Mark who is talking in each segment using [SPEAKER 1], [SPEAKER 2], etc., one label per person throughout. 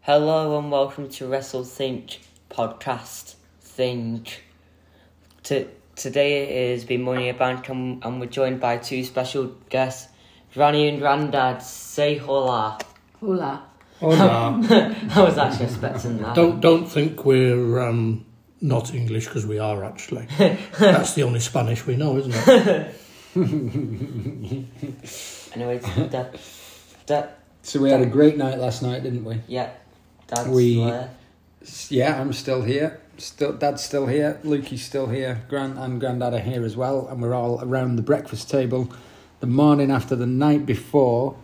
[SPEAKER 1] Hello and welcome to WrestleThink podcast. Think. T- today is Be Money a Bank and, and we're joined by two special guests, Granny and Grandad. Say hola.
[SPEAKER 2] Hola.
[SPEAKER 3] Oh no!
[SPEAKER 1] I was actually expecting that.
[SPEAKER 3] don't don't think we're um, not English because we are actually. That's the only Spanish we know, isn't it?
[SPEAKER 1] Anyway, Dad. Dad.
[SPEAKER 4] So we had a great night last night, didn't we?
[SPEAKER 1] Yeah. Dad's
[SPEAKER 4] We-
[SPEAKER 1] there.
[SPEAKER 4] S- Yeah, I'm still here. Still, Dad's still here. Lukey's still here. Grand and Granddad are here as well, and we're all around the breakfast table the morning after the night before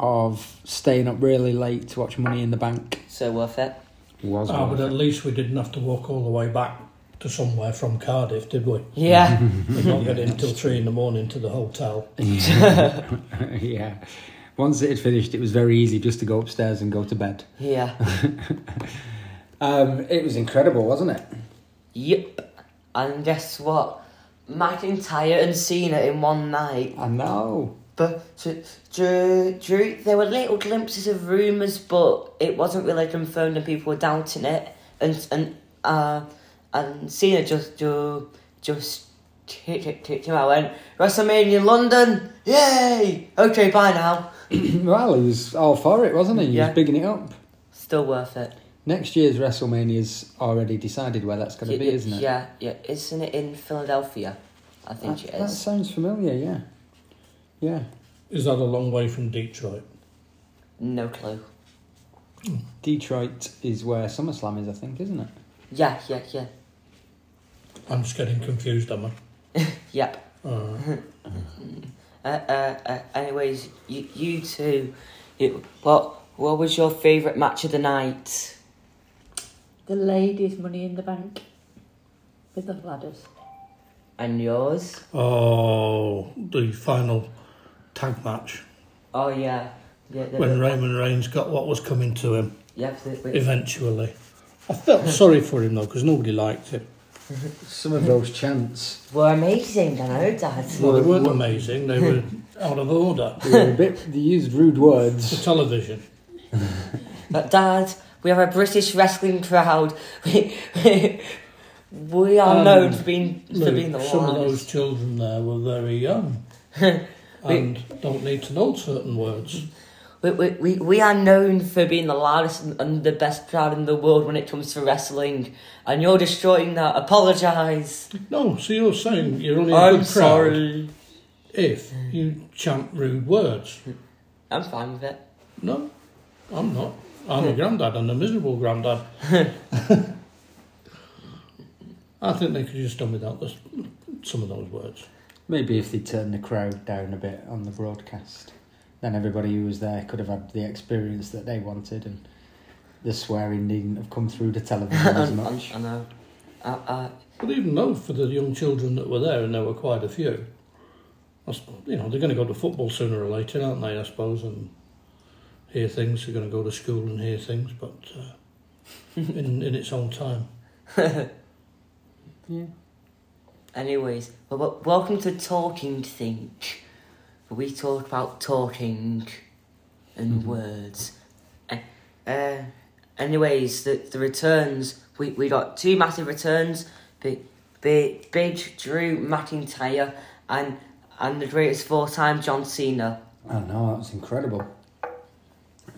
[SPEAKER 4] of staying up really late to watch Money in the Bank.
[SPEAKER 1] So worth it.
[SPEAKER 4] Was
[SPEAKER 3] Ah, but at least we didn't have to walk all the way back to somewhere from Cardiff, did we?
[SPEAKER 1] Yeah.
[SPEAKER 3] We not get in till three in the morning to the hotel.
[SPEAKER 4] yeah. Once it had finished, it was very easy just to go upstairs and go to bed.
[SPEAKER 1] yeah.
[SPEAKER 4] Um, it was incredible, wasn't it?
[SPEAKER 1] Yep. And guess what? McIntyre and Cena in one night.
[SPEAKER 4] I know.
[SPEAKER 1] But so, Drew, Drew, there were little glimpses of rumours, but it wasn't really confirmed, and people were doubting it. And and uh, and Cena just ju- just kicked kicked- kicked him out. Went WrestleMania London, yay! Okay, bye now.
[SPEAKER 4] well, he was all for it, wasn't he? He
[SPEAKER 1] Yeah.
[SPEAKER 4] was bigging it up.
[SPEAKER 1] Still worth it.
[SPEAKER 4] Next year's WrestleMania's already decided where that's going to be, isn't it?
[SPEAKER 1] Yeah, yeah. Isn't it in Philadelphia? I think
[SPEAKER 4] That,
[SPEAKER 1] it
[SPEAKER 4] that
[SPEAKER 1] is.
[SPEAKER 4] sounds familiar, yeah. Yeah.
[SPEAKER 3] Is that a long way from Detroit?
[SPEAKER 1] No clue.
[SPEAKER 4] Detroit is where SummerSlam is, I think, isn't it?
[SPEAKER 1] Yeah, yeah, yeah.
[SPEAKER 3] I'm just getting confused, am I?
[SPEAKER 1] Yep.
[SPEAKER 3] All right.
[SPEAKER 1] Uh, uh, uh, anyways, you, you two, you, what what was your favourite match of the night?
[SPEAKER 2] The ladies' money in the bank with the ladders.
[SPEAKER 1] And yours?
[SPEAKER 3] Oh, the final tag match
[SPEAKER 1] Oh yeah, yeah, the,
[SPEAKER 3] when Raymond Reigns got what was coming to him.
[SPEAKER 1] yeah, the, the-
[SPEAKER 3] Eventually, I felt sorry for him though because nobody liked him.
[SPEAKER 4] Some of those chants
[SPEAKER 1] were amazing. I know, Dad.
[SPEAKER 3] Well, they weren't
[SPEAKER 4] Well-
[SPEAKER 3] amazing. They were out of order
[SPEAKER 4] they were a bit. They used rude
[SPEAKER 3] for
[SPEAKER 4] words.
[SPEAKER 3] television.
[SPEAKER 1] But Dad, we are a British wrestling crowd. We we, we are
[SPEAKER 3] Um,
[SPEAKER 1] known for being for
[SPEAKER 3] Look,
[SPEAKER 1] being the
[SPEAKER 3] some of those
[SPEAKER 1] worst.
[SPEAKER 3] children there were very young and don't need to know certain words.
[SPEAKER 1] We, we, we, we are known for being the loudest and, and the best crowd in the world when it comes to wrestling, and you're destroying that. Apologise.
[SPEAKER 3] No, so you're saying you're only a
[SPEAKER 1] I'm
[SPEAKER 3] good crowd
[SPEAKER 1] sorry.
[SPEAKER 3] if you chant rude words.
[SPEAKER 1] I'm fine with it.
[SPEAKER 3] No, I'm not. I'm a granddad and a miserable granddad. I think they could have just done without this, some of those words.
[SPEAKER 4] Maybe if they turned the crowd down a bit on the broadcast, then everybody who was there could have had the experience that they wanted, and the swearing needn't have come through the television as
[SPEAKER 1] I,
[SPEAKER 4] much.
[SPEAKER 1] I know. Uh, uh,
[SPEAKER 3] But even though for the young children that were there, and there were quite a few, I s- you know, they're going to go to football sooner or later, aren't they? I suppose, and hear things. They're going to go to school and hear things, but uh, in in its own time.
[SPEAKER 4] Yeah.
[SPEAKER 1] anyways, well, well, welcome to Talking Think. We talk about talking and words. Uh, uh, anyways, the, the returns. We, we got two massive returns. Big, big, big Drew McIntyre and and the greatest four-time John Cena.
[SPEAKER 4] I know, that was incredible.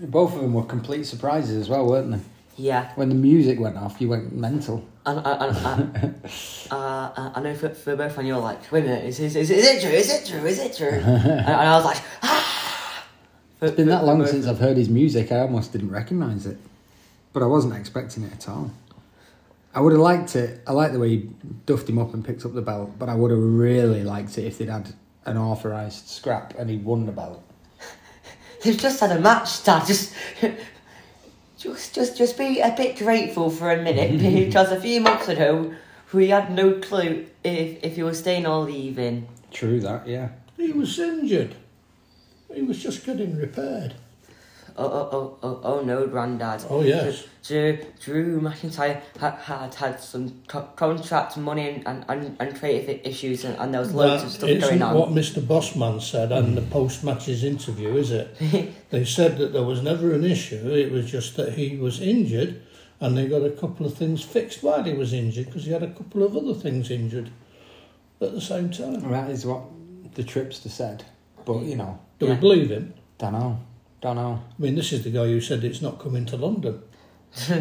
[SPEAKER 4] Both of them were complete surprises as well, weren't they?
[SPEAKER 1] Yeah,
[SPEAKER 4] When the music went off, you went mental.
[SPEAKER 1] and and, and, and uh, uh, I know for, for both, and you're like, wait a minute, is, is, is, is it true? Is it true? Is it true? and, and I was like, ah.
[SPEAKER 4] It's been that long since I've heard his music, I almost didn't recognise it. But I wasn't expecting it at all. I would have liked it. I like the way he duffed him up and picked up the belt, but I would have really liked it if they'd had an authorised scrap and he won the belt.
[SPEAKER 1] They've just had a match, Dad. Just, just, just, just be a bit grateful for a minute because a few months ago we had no clue if if you were staying or leaving.
[SPEAKER 4] True that, yeah.
[SPEAKER 3] He was injured. He was just getting repaired.
[SPEAKER 1] oh, oh, oh, oh, oh no, Grandad.
[SPEAKER 3] Oh, yes.
[SPEAKER 1] Drew, Drew McIntyre had, had had some co- contract money and, and, and creative issues, and, and there was loads
[SPEAKER 3] That
[SPEAKER 1] of stuff
[SPEAKER 3] isn't
[SPEAKER 1] going on. Hmm.
[SPEAKER 3] what Mr. Bossman said in the post matches interview, is it? they said that there was never an issue, it was just that he was injured and they got a couple of things fixed while he was injured because he had a couple of other things injured at the same time.
[SPEAKER 1] Hmm.
[SPEAKER 4] That is what the tripster said. But, you know,
[SPEAKER 3] Do
[SPEAKER 1] Yeah.
[SPEAKER 3] we believe him?
[SPEAKER 4] don't know. Don't know.
[SPEAKER 3] I mean, this is the guy who said it's not coming to London.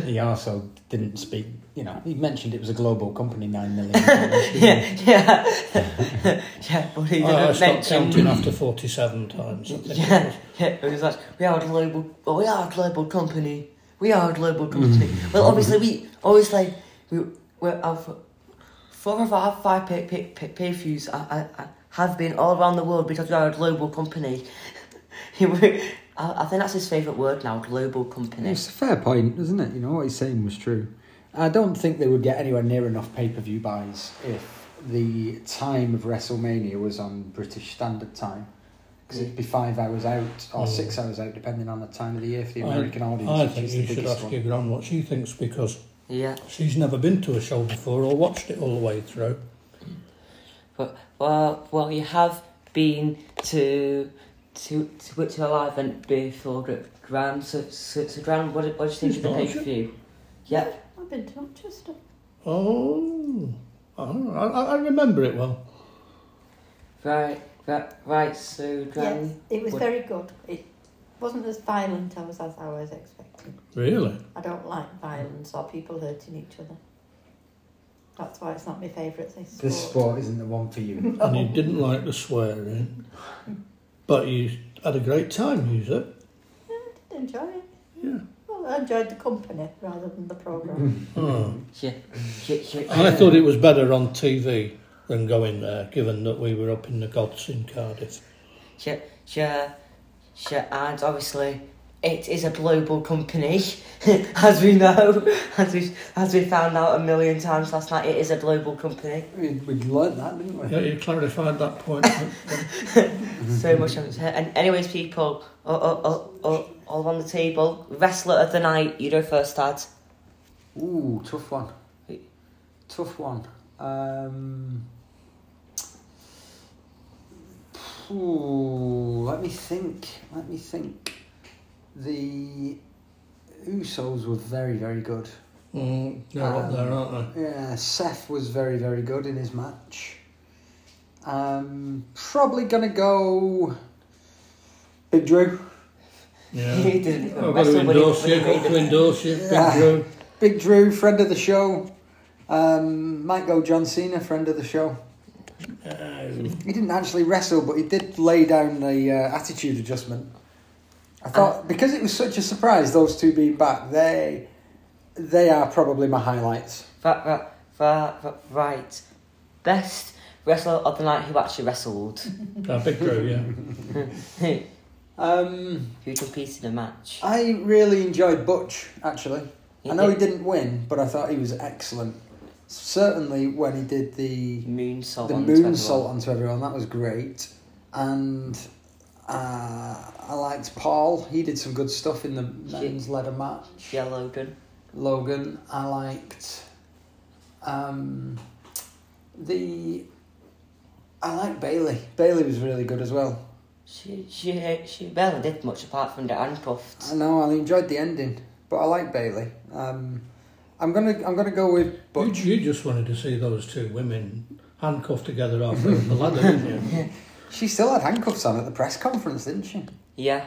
[SPEAKER 4] He also didn't speak, you know, he mentioned it was a global company, $9 million.
[SPEAKER 1] yeah, yeah, yeah, but he
[SPEAKER 3] I, Ah, I
[SPEAKER 1] didn't
[SPEAKER 3] stopped Uh, counting
[SPEAKER 1] mention.
[SPEAKER 3] after 47 times. I think it
[SPEAKER 1] Yeah,
[SPEAKER 3] was.
[SPEAKER 1] yeah, it was like we are a global, well, we are a global company. We are a global company. Well, obviously we always like we we're our f- four of our five pay pay, pay, pay views are, are, are- have been all around the world because we are a global company. He w- I, I think that's his favourite word now, global company.
[SPEAKER 4] It's a fair point, isn't it? You know, what he's saying was true. I don't think they would get anywhere near enough pay per view buys if the time of WrestleMania was on British Standard Time. Because it'd be five hours out or
[SPEAKER 3] Mm.
[SPEAKER 4] six hours out, depending on the time of the year for the
[SPEAKER 3] I-
[SPEAKER 4] American audience.
[SPEAKER 3] I
[SPEAKER 4] which
[SPEAKER 3] think
[SPEAKER 4] is the
[SPEAKER 3] you should
[SPEAKER 4] biggest
[SPEAKER 3] ask
[SPEAKER 4] one.
[SPEAKER 3] your gran what she thinks because
[SPEAKER 1] Yeah,
[SPEAKER 3] she's never been to a show before or watched it all the way through.
[SPEAKER 1] but well, well, you have been to to to which alive and before Gr- Grand. So, so, so Grand, what, what do you think of the pay
[SPEAKER 3] Nostalgia.
[SPEAKER 1] per view? Yeah.
[SPEAKER 2] I've been to Manchester.
[SPEAKER 3] Oh, oh I, I- I remember it well.
[SPEAKER 1] Right, right, right. So,
[SPEAKER 5] Yes,
[SPEAKER 1] Gran,
[SPEAKER 5] it was
[SPEAKER 1] What-
[SPEAKER 5] very good. It wasn't as violent as, as I was expecting.
[SPEAKER 3] Really?
[SPEAKER 5] I don't like violence or people hurting each other. That's why it's not my favourite thing.
[SPEAKER 4] This sport isn't the one for you.
[SPEAKER 3] And you didn't like the swearing, but you had a great time, you said.
[SPEAKER 5] I did enjoy it.
[SPEAKER 3] Yeah.
[SPEAKER 5] Well, I enjoyed the company rather than the programme.
[SPEAKER 3] Oh.
[SPEAKER 1] yeah, yeah, yeah,
[SPEAKER 3] I thought it was better on TV than going there, given that we were up in the gods in Cardiff.
[SPEAKER 1] yeah, yeah, yeah, and obviously, it is a global company, as we know, as we as we found out a million times last night. It is a global company.
[SPEAKER 4] we, we'd learnt that, didn't we?
[SPEAKER 3] Yeah, you clarified that point.
[SPEAKER 1] So
[SPEAKER 3] Mm-hmm.
[SPEAKER 1] much on its head. And anyways, people, all, all, all, all, all on the table. Wrestler of the night. You go first, Dad.
[SPEAKER 4] Ooh, tough one. Tough one. Um, ooh, let me think. Let me think. The Usos were very, very good.
[SPEAKER 3] mm, they're up there, aren't
[SPEAKER 4] Yeah, Seth was very, very good in his match. Um, probably gonna go. Big Drew.
[SPEAKER 3] they?
[SPEAKER 1] He
[SPEAKER 3] Yeah.
[SPEAKER 1] didn't even
[SPEAKER 3] I've got to
[SPEAKER 1] wrestle, but he-
[SPEAKER 3] endorse
[SPEAKER 1] but he
[SPEAKER 3] you, got
[SPEAKER 1] made
[SPEAKER 3] to
[SPEAKER 1] it.
[SPEAKER 3] endorse you, Big
[SPEAKER 4] Yeah.
[SPEAKER 3] Drew.
[SPEAKER 4] Big Drew, friend of the show. Um, might go John Cena, friend of the show.
[SPEAKER 3] Uh,
[SPEAKER 4] He didn't actually wrestle, but he did lay down the uh, attitude adjustment. I thought because it was such a surprise, those two being back, they they are probably my highlights.
[SPEAKER 1] Right, right, right, right, right. Best wrestler of the night who actually wrestled,
[SPEAKER 3] uh, Big Drew, yeah.
[SPEAKER 1] who
[SPEAKER 4] Um,
[SPEAKER 1] competed in a match.
[SPEAKER 4] I really enjoyed Butch actually. I know he
[SPEAKER 1] did.
[SPEAKER 4] didn't win, but I thought he was excellent. Certainly when he did the
[SPEAKER 1] Moonsault.
[SPEAKER 4] the
[SPEAKER 1] on
[SPEAKER 4] moon
[SPEAKER 1] 21.
[SPEAKER 4] salt onto everyone. That was great, and uh, I liked Paul. He did some good stuff in the men's leather match.
[SPEAKER 1] Yeah, Logan.
[SPEAKER 4] Logan. I liked um, the. I like Bailey. Bailey was really good as well.
[SPEAKER 1] She, she, she barely did much apart from the handcuffed.
[SPEAKER 4] I know I enjoyed the ending, but I like Bailey. Um, I'm gonna I'm gonna go with
[SPEAKER 3] But
[SPEAKER 4] Butch.
[SPEAKER 3] you just wanted to see those two women handcuffed together off the ladder, didn't you?
[SPEAKER 4] She still had handcuffs on at the press conference, didn't she?
[SPEAKER 1] Yeah.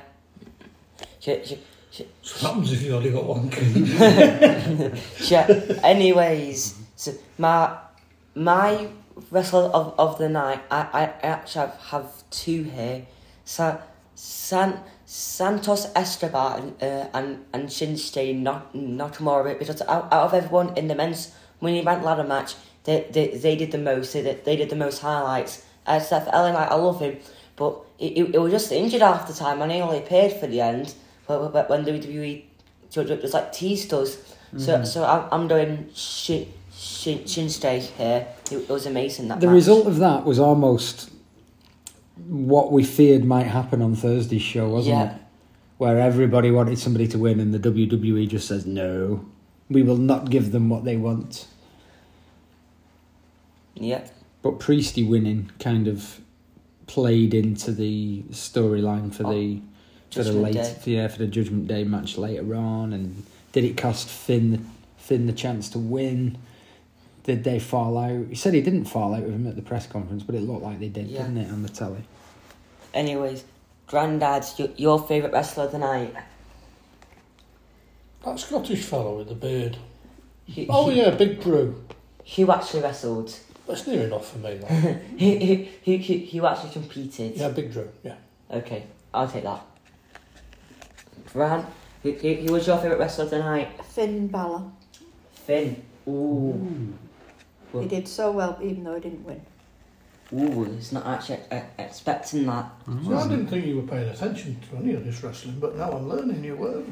[SPEAKER 1] She, she,
[SPEAKER 3] So what happens if you only got one key?
[SPEAKER 1] she, anyways, so my my wrestler of, of the night, I, I I actually have, have two here. Sa, San, Santos Escobar and, uh, and, and Shinsuke not, Nakamura because out, out of everyone in the men's Money in the Bank ladder match, they, they, they did the most. They, did- they did the most highlights. Uh, Seth Ellen, I, I love him, but it, it, it was just injured half the time and he only appeared for the end when, when- when WWE ju- ju- just like teased us. So so I'm, I'm doing Shin, Shin, Shinsuke here. It, it was amazing that
[SPEAKER 4] The
[SPEAKER 1] match.
[SPEAKER 4] result of that was almost what we feared might happen on Thursday's show, wasn't
[SPEAKER 1] Yeah.
[SPEAKER 4] it? where everybody wanted somebody to win and the WWE just says no. We will not give them what they want.
[SPEAKER 1] Yeah.
[SPEAKER 4] But Priesty winning kind of played into the storyline for the for the
[SPEAKER 1] Oh, Judgment
[SPEAKER 4] late
[SPEAKER 1] Day.
[SPEAKER 4] for- yeah for the Judgment Day match later on, and did it cost Finn Finn the chance to win? Did they fall out? He said he didn't fall out with him at the press conference, but it looked like they did,
[SPEAKER 1] Yeah.
[SPEAKER 4] didn't it, on the telly?
[SPEAKER 1] Anyways, Grandad's your, your favourite wrestler of the night.
[SPEAKER 3] That Scottish fellow with the beard.
[SPEAKER 1] He,
[SPEAKER 3] Oh
[SPEAKER 1] he,
[SPEAKER 3] yeah, Big Brew.
[SPEAKER 1] Who actually wrestled?
[SPEAKER 3] That's near enough for me. That.
[SPEAKER 1] Who, who, who, who, who actually competed?
[SPEAKER 3] yeah, Big Drew. Yeah.
[SPEAKER 1] Okay, I'll take that. Bran, who, who, who was your favourite wrestler of the night?
[SPEAKER 5] Finn Balor.
[SPEAKER 1] Finn. Ooh.
[SPEAKER 5] He did so well, even though he didn't win.
[SPEAKER 1] Ooh, it's not actually uh, expecting that.
[SPEAKER 4] Mm-hmm.
[SPEAKER 3] So I didn't think you were paying attention to any of this wrestling, but now I'm learning you were.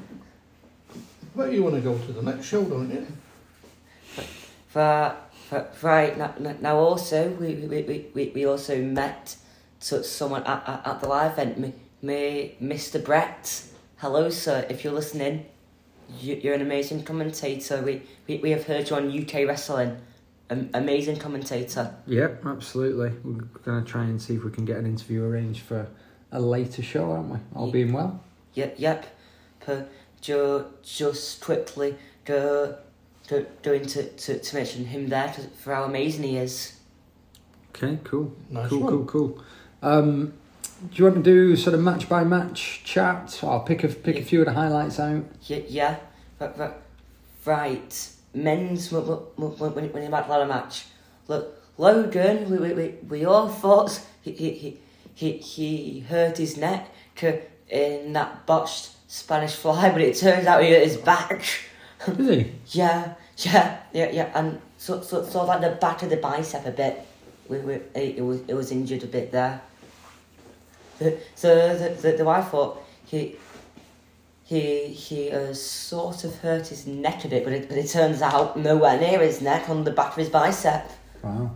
[SPEAKER 3] Bet you want to go to the next show, don't you?
[SPEAKER 1] For, for, right, now, now- now also, we, we, we, we, we also met to someone at, at, at the live event, me, me, Mr. Brett. Hello, sir, if you're listening, you, you're an amazing commentator. We, we, we have heard you on UK Wrestling. Am- amazing commentator.
[SPEAKER 4] Yep, absolutely. We're gonna try and see if we can get an interview arranged for a later show, aren't we?
[SPEAKER 1] All Yeah.
[SPEAKER 4] being well.
[SPEAKER 1] Yep, yep. But ju- just quickly go, go, going to, to, to mention him there 'cause- for how amazing he is.
[SPEAKER 4] Okay, cool.
[SPEAKER 3] Nice
[SPEAKER 4] cool,
[SPEAKER 3] one.
[SPEAKER 4] cool, cool. Um, do you want to do sort of match by match chat? I'll pick a pick a
[SPEAKER 1] Yeah.
[SPEAKER 4] few of the highlights out.
[SPEAKER 1] Yeah, yeah. But, but, right. Men's w- w- w- w- when when he had ladder match. Look, Logan, we we we, we all thought he he he he, he hurt his neck c- in that botched Spanish fly, but it turns out he hurt his back.
[SPEAKER 4] Is he?
[SPEAKER 1] yeah, yeah, yeah, yeah, and so so so like the back of the bicep a bit. We, we, it, it was it was injured a bit there. The, so the, the, the wife thought he he he uh, sort of hurt his neck a bit, but it, but it turns out nowhere near his neck, on the back of his bicep.
[SPEAKER 4] Wow.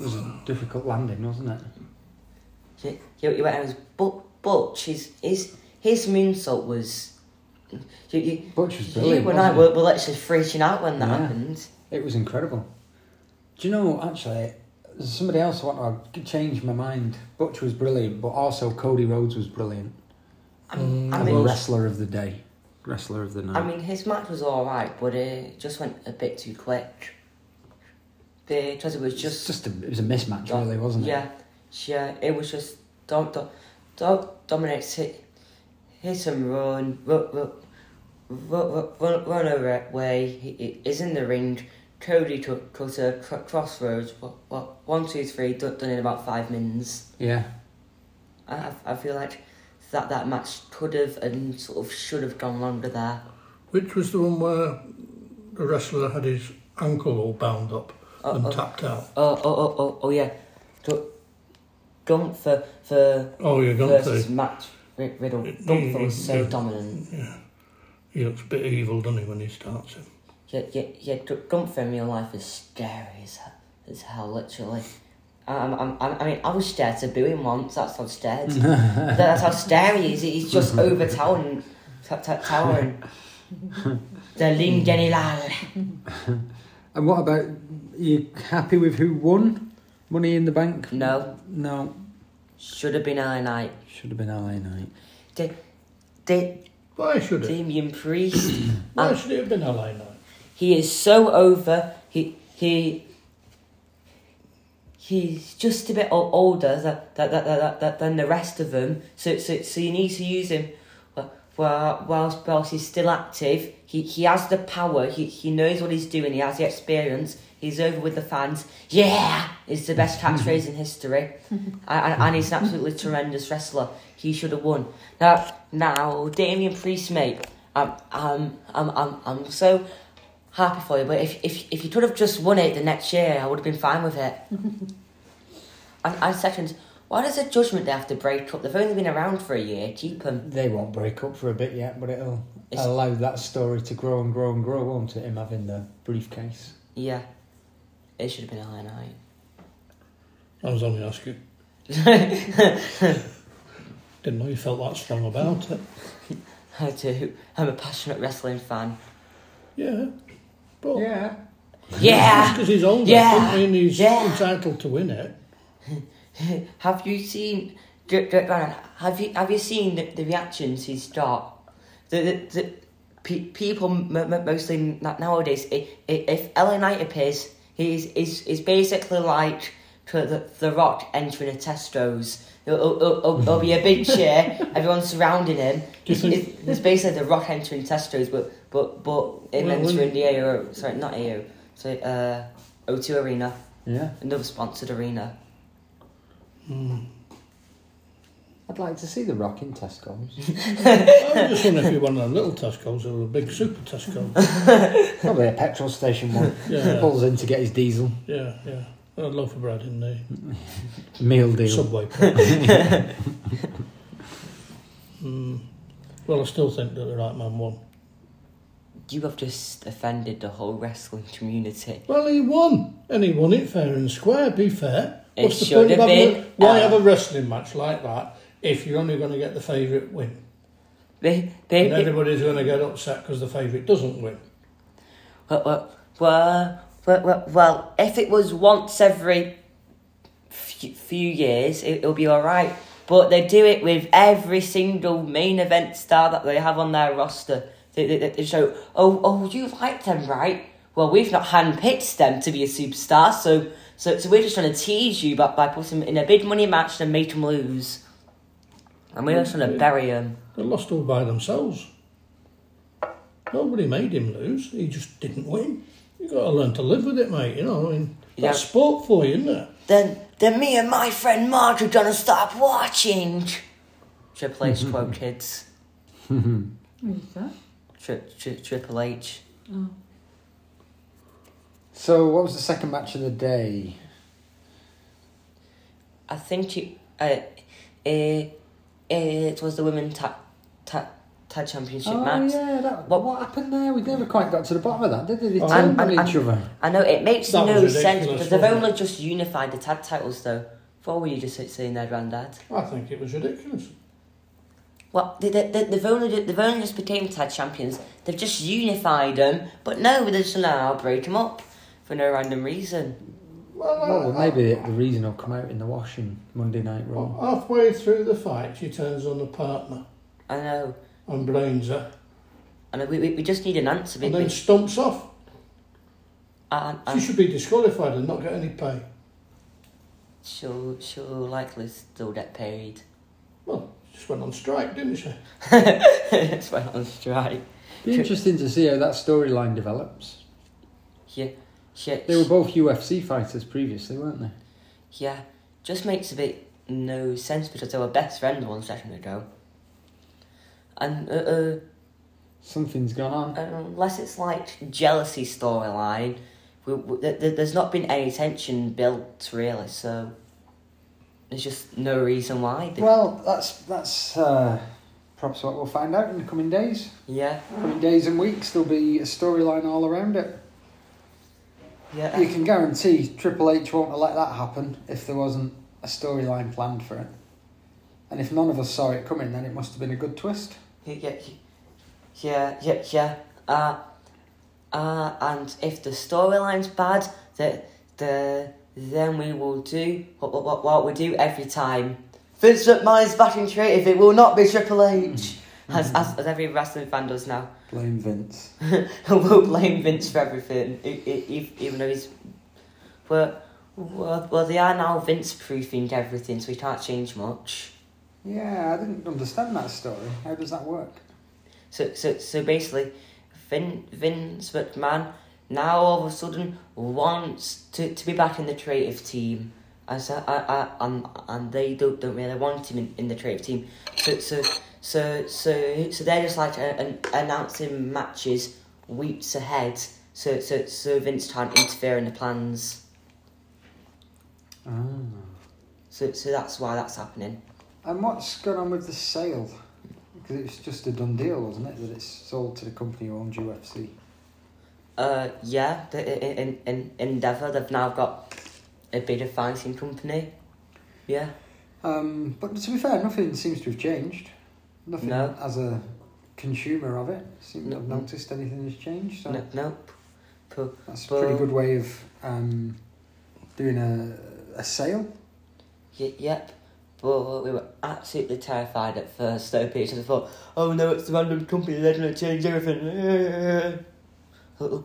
[SPEAKER 4] It was a difficult landing, wasn't it?
[SPEAKER 1] He, he, he went and was but but his his his moonsault was. You, you,
[SPEAKER 4] Butch was
[SPEAKER 1] you
[SPEAKER 4] brilliant.
[SPEAKER 1] and I
[SPEAKER 4] wasn't
[SPEAKER 1] were, were literally freaking out when that
[SPEAKER 4] Yeah.
[SPEAKER 1] happened.
[SPEAKER 4] it? it was incredible. Do you know actually? there's Somebody else I want to change my mind. Butch was brilliant, but also Cody Rhodes was brilliant.
[SPEAKER 1] I'm,
[SPEAKER 4] I
[SPEAKER 1] I mean,
[SPEAKER 4] wrestler of the day, wrestler of the night.
[SPEAKER 1] Mm. I mean, his match was all right, but it just went a bit too quick. Because it was
[SPEAKER 4] just
[SPEAKER 1] just
[SPEAKER 4] just a, it was a mismatch,
[SPEAKER 1] Dom-
[SPEAKER 4] really, wasn't it?
[SPEAKER 1] Yeah, yeah. It was just Dom, Dom, Dom, Dominic's hit, hit and run, run, run, run, run, run away. He, he is in the ring. Cody cut, cut a cr- crossroads. What, what, one, two, three. Done, done in about five minutes.
[SPEAKER 4] Yeah.
[SPEAKER 1] I, I, I feel like that that match could have and sort of should have gone longer there.
[SPEAKER 3] Which was the one where the wrestler had his ankle all bound up and
[SPEAKER 4] Uh-uh.
[SPEAKER 1] Uh, uh.
[SPEAKER 3] tapped out?
[SPEAKER 1] Oh, oh, oh, oh, oh yeah. Gu- Gunther for
[SPEAKER 3] Oh, you're going
[SPEAKER 1] versus
[SPEAKER 3] to.
[SPEAKER 1] Matt Ri- Riddle.
[SPEAKER 3] Mm,
[SPEAKER 1] Gunther was so
[SPEAKER 3] mm.
[SPEAKER 1] dominant.
[SPEAKER 3] Yeah. He looks a bit evil, doesn't he, when he starts him?
[SPEAKER 1] Yeah, yeah, yeah. Gu- Gunther in real life is scary as hell, as hell literally. Um, I'm, I'm, I mean, I was scared to boo him once. That's how scared. That- that's how scary he is. He's just overtowering, t- t- towering. the Lingenilal.
[SPEAKER 4] And what about you? Happy with who won? Money in the bank?
[SPEAKER 1] No,
[SPEAKER 4] No,
[SPEAKER 1] should have been I Knight.
[SPEAKER 4] should have been LA Knight.
[SPEAKER 1] De- de-
[SPEAKER 3] Why should it?
[SPEAKER 1] Damien Priest.
[SPEAKER 3] Why
[SPEAKER 4] uh,
[SPEAKER 3] should it have been LA Knight?
[SPEAKER 1] He is so over. He he. He's just a bit o- older that that, that, that, that than the rest of them. So so so you need to use him. wh- wh- Whilst whilst he's still active, he he has the power. He he knows what he's doing. He has the experience. He's over with the fans. Yeah, is the best catchphrase in history, and, and, and he's an absolutely tremendous wrestler. He should have won. Now now, Damien Priest, mate. I'm I'm I'm I'm I'm so happy for you. But if if if you could have just won it the next year, I would have been fine with it. and, and second, why does the judgment day have to break up? They've only been around for a year. Keep them.
[SPEAKER 4] They won't break up for a bit yet, but it'll
[SPEAKER 1] It's-
[SPEAKER 4] allow that story to grow and grow and grow, won't it? Him having the briefcase.
[SPEAKER 1] Yeah, it should have been a high night.
[SPEAKER 3] I was only asking. Didn't know you felt that strong about it.
[SPEAKER 1] I do. I'm a passionate wrestling fan.
[SPEAKER 3] Yeah. But
[SPEAKER 4] Yeah.
[SPEAKER 1] Yeah!
[SPEAKER 3] Because he's older,
[SPEAKER 1] Yeah.
[SPEAKER 3] doesn't mean he's
[SPEAKER 1] Yeah.
[SPEAKER 3] entitled to win it.
[SPEAKER 1] Have you seen Dr- Dr- Ryan, Have you have you seen the, the reactions he's got? The the, the pe- people m- m- mostly n- nowadays. i- i- If Ellen Knight appears, he's is is basically like to the, the Rock entering a Tesco's. It'll, it'll, it'll- it'll be a big cheer. Everyone's surrounding him.
[SPEAKER 3] Do you
[SPEAKER 1] It's,
[SPEAKER 3] think-
[SPEAKER 1] it's, it's basically the Rock entering Tesco's, but but but him
[SPEAKER 3] Well,
[SPEAKER 1] entering
[SPEAKER 3] when-
[SPEAKER 1] the AO. Sorry, not AO. Sorry, uh, O2 Arena,
[SPEAKER 4] Yeah.
[SPEAKER 1] another sponsored arena. Hmm.
[SPEAKER 4] I'd like to see the Rock in Tesco's.
[SPEAKER 3] I was just wondering if you one of them little Tesco's or a big super Tesco.
[SPEAKER 4] Probably a petrol station one.
[SPEAKER 3] Yeah.
[SPEAKER 4] Pulls in to get his diesel
[SPEAKER 3] Yeah, yeah. And a loaf of bread in the
[SPEAKER 4] meal deal.
[SPEAKER 3] subway. mm. Well, I still think that the right man won.
[SPEAKER 1] You have just offended the whole wrestling community.
[SPEAKER 3] Well, he won, and he won it fair and square. Be fair.
[SPEAKER 1] It
[SPEAKER 3] What's the
[SPEAKER 1] should
[SPEAKER 3] point of
[SPEAKER 1] have
[SPEAKER 3] having
[SPEAKER 1] been,
[SPEAKER 3] a, why
[SPEAKER 1] uh,
[SPEAKER 3] have a wrestling match like that if you're only going to get the favourite win,
[SPEAKER 1] They,
[SPEAKER 3] and
[SPEAKER 1] they, they,
[SPEAKER 3] everybody's going to get upset because the favourite doesn't win?
[SPEAKER 1] well, well, well, well, well, if it was once every few, few years, it, it'll be all right. But they do it with every single main event star that they have on their roster. They, they, they show, oh, oh, you like them, right? Well, we've not handpicked them to be a superstar, so so, so we're just trying to tease you by, by putting them in a big money match and make them lose. And we're just trying to bury them.
[SPEAKER 3] They lost all by themselves. Nobody made him lose. He just didn't win. You got to learn to live with it, mate. You know, I mean,
[SPEAKER 1] Yeah.
[SPEAKER 3] that's sport for you, isn't it?
[SPEAKER 1] Then, then me and my friend Mark are gonna stop watching. Triple H quote kids.
[SPEAKER 2] Who's that?
[SPEAKER 1] Tri- tri- Triple H.
[SPEAKER 2] Oh.
[SPEAKER 4] So, what was the second match of the day?
[SPEAKER 1] I think it, uh, it, it was the women's tag ta- tag championship
[SPEAKER 4] oh,
[SPEAKER 1] match.
[SPEAKER 4] yeah. That,
[SPEAKER 1] What-
[SPEAKER 4] what, what happened there? We never quite got to the bottom of that, did they? They
[SPEAKER 3] Oh,
[SPEAKER 4] turned
[SPEAKER 1] and-
[SPEAKER 4] on
[SPEAKER 1] and-
[SPEAKER 4] each other.
[SPEAKER 1] I know it makes
[SPEAKER 3] That was
[SPEAKER 1] no
[SPEAKER 3] ridiculous,
[SPEAKER 1] sense because they've
[SPEAKER 3] wasn't
[SPEAKER 1] only
[SPEAKER 3] it?
[SPEAKER 1] just unified the tag titles though. What were you just saying there, Grandad?
[SPEAKER 3] I think it was ridiculous.
[SPEAKER 1] Well, they, they, they, they've only they've only just became tag champions. They've just unified them, but no, they're just now break them up for no random reason.
[SPEAKER 4] Well, maybe the reason will come out in the wash in Monday Night Raw.
[SPEAKER 3] Halfway through the fight, she turns on the partner
[SPEAKER 1] I know.
[SPEAKER 3] and brains her,
[SPEAKER 1] And we, we, we just need an answer. We,
[SPEAKER 3] and
[SPEAKER 1] we,
[SPEAKER 3] then stumps off.
[SPEAKER 1] and,
[SPEAKER 3] She
[SPEAKER 1] and
[SPEAKER 3] should be disqualified and not get any pay.
[SPEAKER 1] she'll, she'll likely still get paid.
[SPEAKER 3] Well, she just went on strike, didn't she?
[SPEAKER 1] That's why I'm strike.
[SPEAKER 4] Be interesting to see how that storyline develops.
[SPEAKER 1] Yeah, she,
[SPEAKER 4] They were both UFC fighters previously, weren't they?
[SPEAKER 1] yeah, just makes a bit no sense because they were best friends one second ago. And uh, uh,
[SPEAKER 4] Something's gone on.
[SPEAKER 1] unless it's like jealousy storyline, we, we, th- th- there's not been any tension built really. So there's just no reason why. They,
[SPEAKER 4] Well, that's that's uh, perhaps what we'll find out in the coming days.
[SPEAKER 1] yeah,
[SPEAKER 4] Coming days and weeks, there'll be a storyline all around it.
[SPEAKER 1] yeah.
[SPEAKER 4] You can guarantee Triple H won't have let that happen if there wasn't a storyline planned for it. And if none of us saw it coming, then it must have been a good twist.
[SPEAKER 1] Yeah, yeah, yeah, yeah, yeah. Uh, uh, and if the storyline's bad, the, the, then we will do what, what, what, what we do every time. Vince McMahon's back in creative, it will not be Triple H. As, as, as every wrestling fan does now.
[SPEAKER 4] Blame Vince.
[SPEAKER 1] we'll blame Vince for everything, e- e- e- even though he's... Well, well, well, they are now Vince-proofing everything, so we can't change much.
[SPEAKER 4] Yeah, I didn't understand that story. How does that work?
[SPEAKER 1] So so so basically, Vin Vince McMahon now all of a sudden wants to, to be back in the creative team. As I, I, I, and and they don't don't really want him in, in the creative team. So so so so so they're just like uh, an, announcing matches weeks ahead. So so so Vince can't interfere in the plans.
[SPEAKER 4] Ah.
[SPEAKER 1] So so that's why that's happening.
[SPEAKER 4] And what's going on with the sale? Because it's just a done deal, wasn't it? That it's sold to the company who owns UFC.
[SPEAKER 1] Uh yeah, the, in, in in Endeavour they've now got a bigger fighting company. Yeah.
[SPEAKER 4] Um, but to be fair, nothing seems to have changed. Nothing
[SPEAKER 1] No.
[SPEAKER 4] as a consumer of it. Seem to
[SPEAKER 1] No.
[SPEAKER 4] have noticed anything has changed. So
[SPEAKER 1] No, nope. But
[SPEAKER 4] that's a
[SPEAKER 1] Well-
[SPEAKER 4] pretty good way of um, doing a, a sale.
[SPEAKER 1] y- yep. But we were absolutely terrified at first, though, Peter. I thought, oh no, it's a random company, they're going to change everything. L-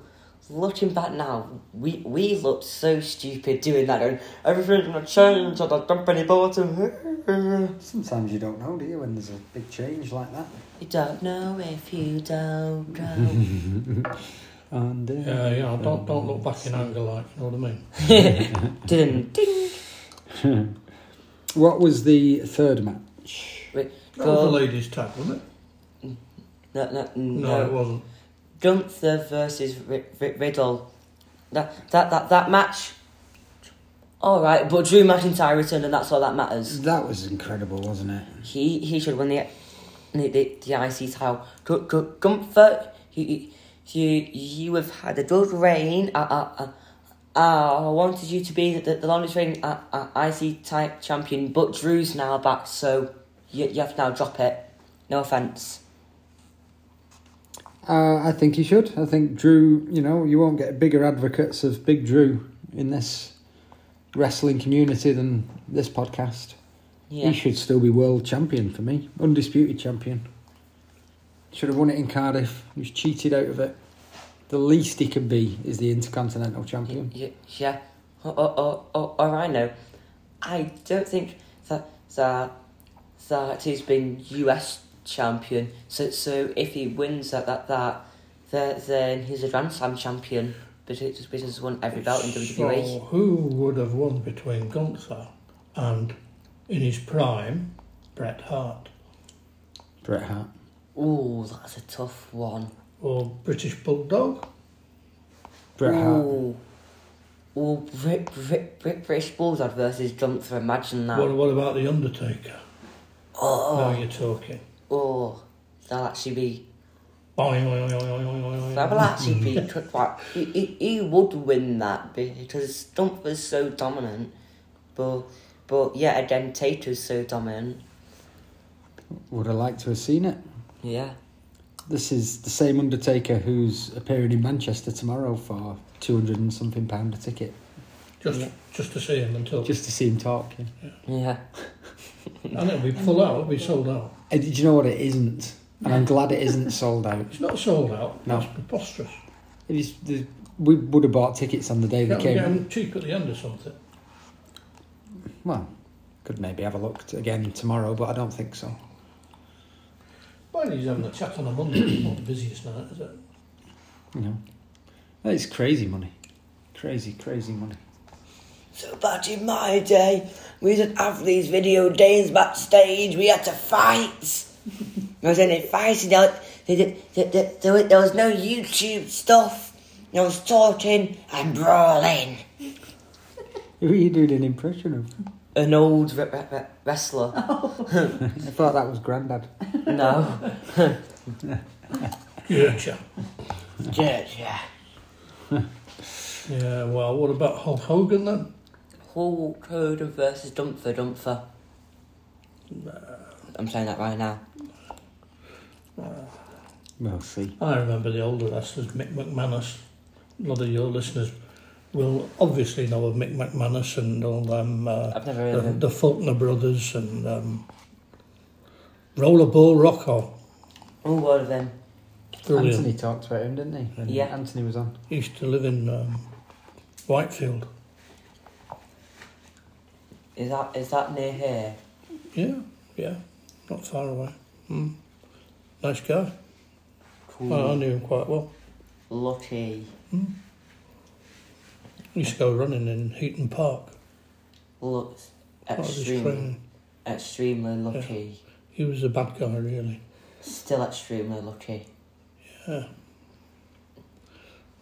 [SPEAKER 1] Looking back now, we we looked so stupid doing that, and everything's going to change at the company bottom.
[SPEAKER 4] Sometimes you don't know, do you, when there's a big change like that?
[SPEAKER 1] You don't know if you don't know.
[SPEAKER 4] And, uh,
[SPEAKER 3] Yeah, yeah. Don't don't look back in anger, like you know what I mean.
[SPEAKER 1] Didn't
[SPEAKER 4] What was the third match?
[SPEAKER 3] That was the
[SPEAKER 1] Go-
[SPEAKER 3] ladies' tag, wasn't it?
[SPEAKER 1] no, no,
[SPEAKER 3] No,
[SPEAKER 1] no.
[SPEAKER 3] it wasn't.
[SPEAKER 1] Gunther versus R- Riddle. That that that that match. All right, but Drew McIntyre returned, and that's all that matters.
[SPEAKER 4] That was incredible, wasn't it?
[SPEAKER 1] He he should win the the the, the IC title. Gu- Gu- Gunther he he you have had a good reign. Uh, uh, uh, uh, I wanted you to be the, the longest reigning uh, uh, IC type champion, but Drew's now back, so you, you have to now drop it. No offense.
[SPEAKER 4] Uh, I think he should. I think Drew, you know, you won't get bigger advocates of Big Drew in this wrestling community than this podcast.
[SPEAKER 1] Yeah.
[SPEAKER 4] He should still be world champion for me, undisputed champion. Should have won it in Cardiff. He was cheated out of it. The least he can be is the Intercontinental Champion.
[SPEAKER 1] Yeah, yeah. Oh, Or, or, or, or I know. I don't think that that that he's been U.S. champion. So so if he wins that that that, that then he's a Grand Slam champion. But it's because he's won every belt in E. WWE.
[SPEAKER 3] So who would have won between Gunther and, in his prime, Bret Hart
[SPEAKER 4] Bret Hart.
[SPEAKER 1] Ooh, that's a tough one.
[SPEAKER 3] or British Bulldog?
[SPEAKER 4] Bret Hart.
[SPEAKER 1] Ooh. Ooh, Brit, Brit, Brit, British Bulldog versus Gunther, imagine that.
[SPEAKER 3] What, what about the Undertaker?
[SPEAKER 1] Oh,
[SPEAKER 3] Now you're talking.
[SPEAKER 1] oh, that'll actually be
[SPEAKER 3] Boing, boing, boing, boing, boing, boing.
[SPEAKER 1] That will actually be cut back. He, he, he would win that because Stump was so dominant, but but yeah, again Tater's so dominant.
[SPEAKER 4] Would have liked to have seen it.
[SPEAKER 1] Yeah,
[SPEAKER 4] This is the same Undertaker who's appearing in Manchester tomorrow for 200 and something pound a ticket.
[SPEAKER 3] Just just to see him until.
[SPEAKER 4] Just to see him talk. yeah.
[SPEAKER 1] yeah.
[SPEAKER 3] And it'll be full out, it'll be sold out.
[SPEAKER 4] Uh, Do you know what it isn't? And I'm glad it isn't sold out.
[SPEAKER 3] It's not sold out,
[SPEAKER 4] No.
[SPEAKER 3] that's preposterous.
[SPEAKER 4] It is, the, we would have bought tickets on the day
[SPEAKER 3] You
[SPEAKER 4] they
[SPEAKER 3] can't
[SPEAKER 4] came.
[SPEAKER 3] get them cheap at the end or something.
[SPEAKER 4] Well, could maybe have a look t- again tomorrow, but I don't think so.
[SPEAKER 3] Well, he's having a chat on a Monday, it's not the busiest night, is it?
[SPEAKER 4] You know, it's crazy money, crazy, crazy money.
[SPEAKER 1] So back in my day, we didn't have these video games backstage. We had to fight. there was any fighting. There, there, there, there, there, was- there was no YouTube stuff. There was talking and brawling.
[SPEAKER 4] Who are you doing an impression of?
[SPEAKER 1] An old re- re- re- wrestler.
[SPEAKER 4] I thought that was Grandad.
[SPEAKER 1] No.
[SPEAKER 3] Yeah, chap.
[SPEAKER 1] Yeah, yeah.
[SPEAKER 3] Yeah, well, what about Hulk Hogan then?
[SPEAKER 1] Hulk Hogan versus Dumpfer Dumpfer. I'm saying that right now.
[SPEAKER 4] We'll see.
[SPEAKER 3] I remember the older wrestlers, Mick McManus. A lot of your listeners will obviously know of Mick McManus and all them, uh,
[SPEAKER 1] I've never heard
[SPEAKER 3] the,
[SPEAKER 1] of him.
[SPEAKER 3] the Faulkner brothers and um, Rollerball Rocco.
[SPEAKER 1] Oh, word of him.
[SPEAKER 3] Brilliant.
[SPEAKER 4] Anthony talked about him, didn't he? When
[SPEAKER 1] Yeah.
[SPEAKER 4] Anthony was on.
[SPEAKER 3] He used to live in um, Whitefield.
[SPEAKER 1] Is that is that near here?
[SPEAKER 3] Yeah, yeah, not far away. Mm. Nice guy.
[SPEAKER 1] Cool.
[SPEAKER 3] I, I knew him quite well.
[SPEAKER 1] Lucky.
[SPEAKER 3] He used to go running in Heaton Park.
[SPEAKER 1] Looks
[SPEAKER 3] Part of his
[SPEAKER 1] extremely,
[SPEAKER 3] training.
[SPEAKER 1] extremely lucky.
[SPEAKER 3] He was a bad guy, really.
[SPEAKER 1] Still extremely lucky.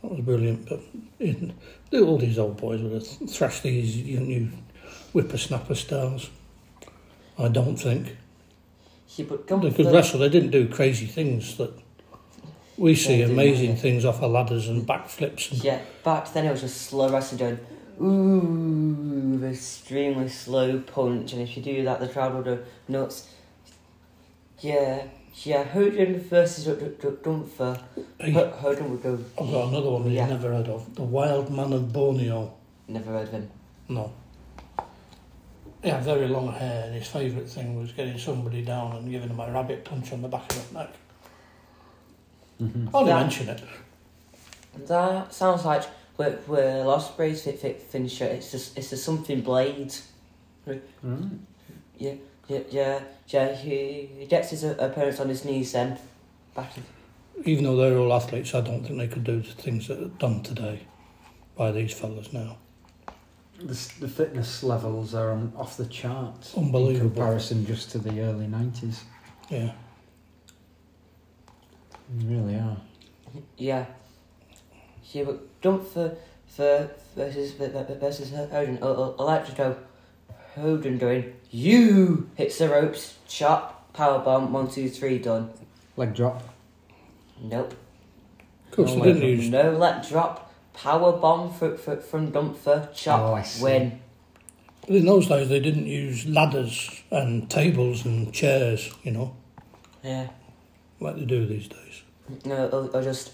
[SPEAKER 3] That was brilliant. But in, all these old boys would have thrashed these you new whippersnapper stars. I don't think.
[SPEAKER 1] See, but
[SPEAKER 3] They
[SPEAKER 1] Gunther,
[SPEAKER 3] could wrestle. They didn't do crazy things that we see
[SPEAKER 1] They didn't,
[SPEAKER 3] amazing
[SPEAKER 1] yeah.
[SPEAKER 3] things off of ladders and backflips. And,
[SPEAKER 1] Yeah, back then it was just slow wrestling. Doing ooh, the extremely slow punch, and if you do that, the crowd will go nuts. Yeah, yeah, Hogan versus Dumpfer.
[SPEAKER 3] Hey,
[SPEAKER 1] Hogan would go,
[SPEAKER 3] I've got another one
[SPEAKER 1] Yeah.
[SPEAKER 3] you've never heard of. The Wild Man of Borneo.
[SPEAKER 1] never heard of him.
[SPEAKER 3] No. He had very long hair, and his favourite thing was getting somebody down and giving them a rabbit punch on the back of the neck.
[SPEAKER 4] Mm-hmm.
[SPEAKER 3] Only
[SPEAKER 1] That-
[SPEAKER 3] mention it.
[SPEAKER 1] That sounds like we're, we're Lost Brace fit, fit finisher. It's just it's a something blade.
[SPEAKER 4] Right.
[SPEAKER 1] Yeah, yeah, yeah. He gets his opponents on his knees then. Back in.
[SPEAKER 3] Even though they're all athletes, I don't think they could do the things that are done today by these fellas now.
[SPEAKER 4] The, s- the fitness levels are on, off the charts.
[SPEAKER 3] Unbelievable.
[SPEAKER 4] In comparison just to the early 90s.
[SPEAKER 3] Yeah.
[SPEAKER 4] They really are.
[SPEAKER 1] Yeah. Yeah, but jump for for versus versus Hogan. I, oh, I, I like to go. Hogan doing you hits the ropes, chop, power bomb, one two three done.
[SPEAKER 4] Leg drop.
[SPEAKER 1] Nope.
[SPEAKER 3] Of course,
[SPEAKER 4] No
[SPEAKER 3] they didn't
[SPEAKER 4] way.
[SPEAKER 3] use
[SPEAKER 1] No let drop, power bomb fr- fr- from Dumpfer,
[SPEAKER 4] Oh,
[SPEAKER 1] chop,
[SPEAKER 4] I see.
[SPEAKER 1] win.
[SPEAKER 3] In those days, they didn't use ladders and tables and chairs, you know,
[SPEAKER 1] Yeah.
[SPEAKER 3] like they do these days.
[SPEAKER 1] No, I, I just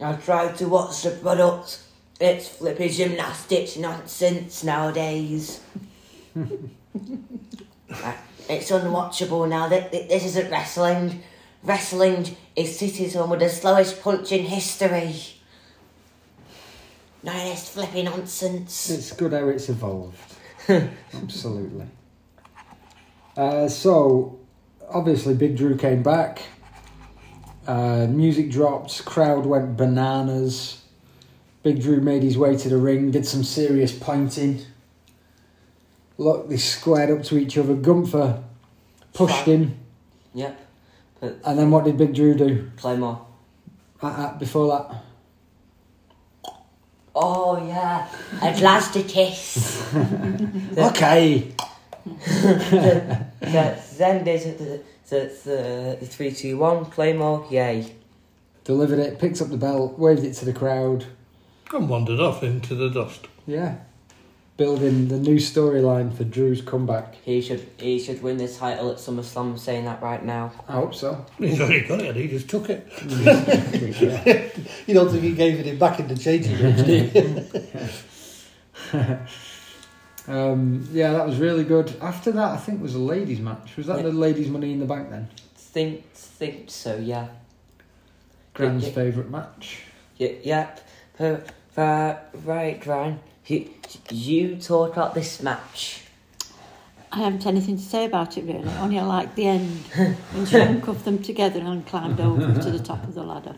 [SPEAKER 1] I tried to watch the product. It's flippy gymnastics nonsense nowadays. Uh, it's unwatchable now. Th- th- This isn't wrestling. Wrestling is City's one with the slowest punch in history. No, it's flippy nonsense.
[SPEAKER 4] It's good how it's evolved. Absolutely. Uh, so, obviously, Big Drew came back. Uh, music dropped. Crowd went bananas. Big Drew made his way to the ring, did some serious pointing. Look, they squared up to each other. Gunther pushed him.
[SPEAKER 1] Yep. But
[SPEAKER 4] And then what did Big Drew do
[SPEAKER 1] Claymore.
[SPEAKER 4] Uh, uh, before that?
[SPEAKER 1] Oh yeah, a last a kiss.
[SPEAKER 4] Okay.
[SPEAKER 1] the, then there's the, the, the, the three, two, one. Claymore, yay.
[SPEAKER 4] Delivered it, picked up the belt, waved it to the crowd.
[SPEAKER 3] And wandered off into the dust.
[SPEAKER 4] Yeah. Building the new storyline for Drew's comeback.
[SPEAKER 1] He should he should win the title at SummerSlam. I'm saying that right now.
[SPEAKER 4] I hope so.
[SPEAKER 3] He's already got it, he just took it.
[SPEAKER 4] Yeah.
[SPEAKER 3] You don't think he gave it back in the changing rooms, did he?
[SPEAKER 4] Um, yeah, that was really good. After that, I think was a ladies' match. Was that
[SPEAKER 1] Yeah.
[SPEAKER 4] the ladies' Money in the Bank then?
[SPEAKER 1] Think think so. Yeah.
[SPEAKER 4] Graham's
[SPEAKER 1] Yeah.
[SPEAKER 4] favourite match.
[SPEAKER 1] Y- yep. Per- ver- right, Gran. You, you talk about this match.
[SPEAKER 2] I haven't anything to say about it really, only I like the end when she handcuffed them together and climbed over to the top of the ladder.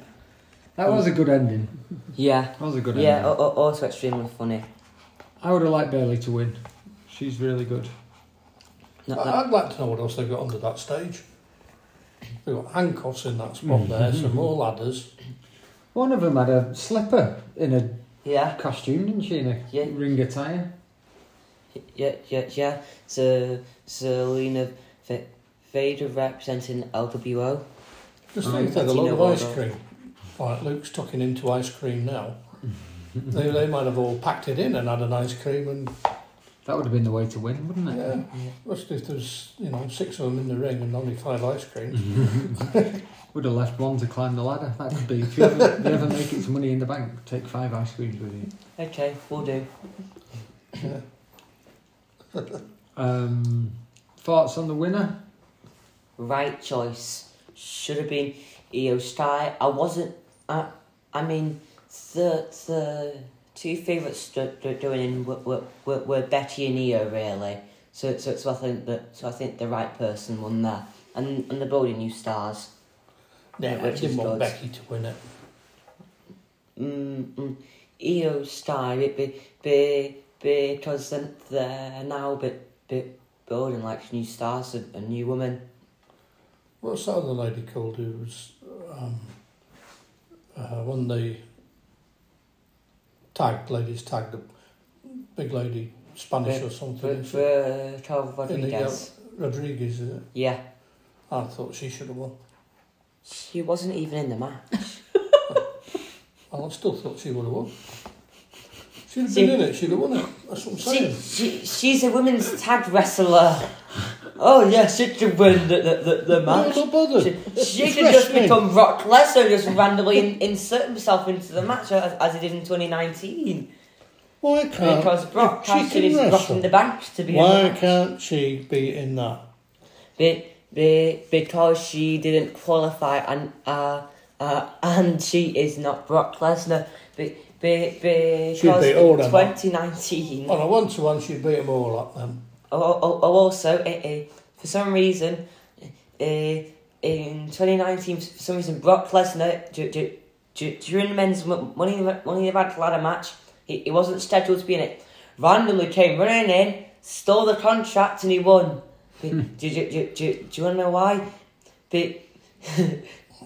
[SPEAKER 4] That was a good ending.
[SPEAKER 1] Yeah.
[SPEAKER 4] That was a good
[SPEAKER 1] Yeah. oh.
[SPEAKER 4] ending.
[SPEAKER 1] al- al- also extremely funny.
[SPEAKER 4] I would have liked Bailey to win. She's really good.
[SPEAKER 1] Not that-
[SPEAKER 3] I'd like to know what else they've got under that stage. They've got handcuffs in that spot there, some more ladders.
[SPEAKER 4] One of them had a slipper in a
[SPEAKER 1] yeah.
[SPEAKER 4] costume, didn't she? In a
[SPEAKER 1] Yeah.
[SPEAKER 4] ring attire.
[SPEAKER 1] Yeah. Yeah. Yeah. So Selena v- Vader representing LWO.
[SPEAKER 3] Just
[SPEAKER 4] Oh,
[SPEAKER 3] think
[SPEAKER 1] yeah.
[SPEAKER 3] they'd a lot of
[SPEAKER 1] Latino
[SPEAKER 3] ice
[SPEAKER 1] order.
[SPEAKER 3] cream. Like Luke's tucking into ice cream now. they, they might have all packed it in and had an ice cream and
[SPEAKER 4] That would have been the way to win, wouldn't it?
[SPEAKER 3] Yeah. Just if there's you know six of them in the ring and only five ice creams.
[SPEAKER 4] Would have left one to climb the ladder. That could be. If you ever, you ever make it to Money in the Bank, take five ice creams with you.
[SPEAKER 1] Okay, we'll do.
[SPEAKER 4] Um, thoughts on the winner?
[SPEAKER 1] Right choice. Should have been Io Sky. I wasn't. I, I mean, the the two favourites do, do, doing in were, were, were, were Betty and Io really. So so so I think that so I think the right person won there, and and they're building new stars.
[SPEAKER 3] Yeah,
[SPEAKER 1] which
[SPEAKER 3] didn't
[SPEAKER 1] is
[SPEAKER 3] want
[SPEAKER 1] good.
[SPEAKER 3] Becky to win it.
[SPEAKER 1] Mm, mm. Io Sky be, be, be, because they're- they're now bit bit building like new stars and, and new women.
[SPEAKER 3] What's that other lady called who was um, uh, won the tag ladies tag the big lady Spanish or
[SPEAKER 1] For
[SPEAKER 3] something isn't it?
[SPEAKER 1] for Carl Rodriguez.
[SPEAKER 3] Rodriguez is it?
[SPEAKER 1] Yeah,
[SPEAKER 3] I thought she should have won.
[SPEAKER 1] she wasn't even in the match.
[SPEAKER 3] I still thought she would have won. She'd have
[SPEAKER 1] See-
[SPEAKER 3] been in it, she'd have won it. That's what I'm
[SPEAKER 1] She,
[SPEAKER 3] saying.
[SPEAKER 1] she, she's a women's tag wrestler. Oh yeah, she could win the the, the, the
[SPEAKER 3] No,
[SPEAKER 1] match.
[SPEAKER 3] not bothered.
[SPEAKER 1] She, she
[SPEAKER 3] It's
[SPEAKER 1] could just
[SPEAKER 3] wrestling.
[SPEAKER 1] become Rock Lesnar and just randomly in, insert himself into the match as, as he did in 2019.
[SPEAKER 3] Why can't
[SPEAKER 1] Because Brock
[SPEAKER 3] she can
[SPEAKER 1] Lesnar is
[SPEAKER 3] wrestle.
[SPEAKER 1] rocking the bank to be in the
[SPEAKER 3] Why
[SPEAKER 1] match.
[SPEAKER 3] can't she be in that?
[SPEAKER 1] Be, be, because she didn't qualify and uh, uh, and she is not Brock Lesnar. Be, be, be,
[SPEAKER 3] She'd
[SPEAKER 1] because
[SPEAKER 3] be all
[SPEAKER 1] in
[SPEAKER 3] them.
[SPEAKER 1] 2019.
[SPEAKER 3] On a one to one, she'd beat them all up then.
[SPEAKER 1] Oh, oh, oh also, eh, eh, for some reason, eh, in 2019, for some reason, Brock Lesnar, d- d- d- during the men's Mo- Money in the Money in the Bank ladder match, he, he wasn't scheduled to be in it, randomly came running in, stole the contract, and he won. Do, do, do, do, do, do you want to know why? Be,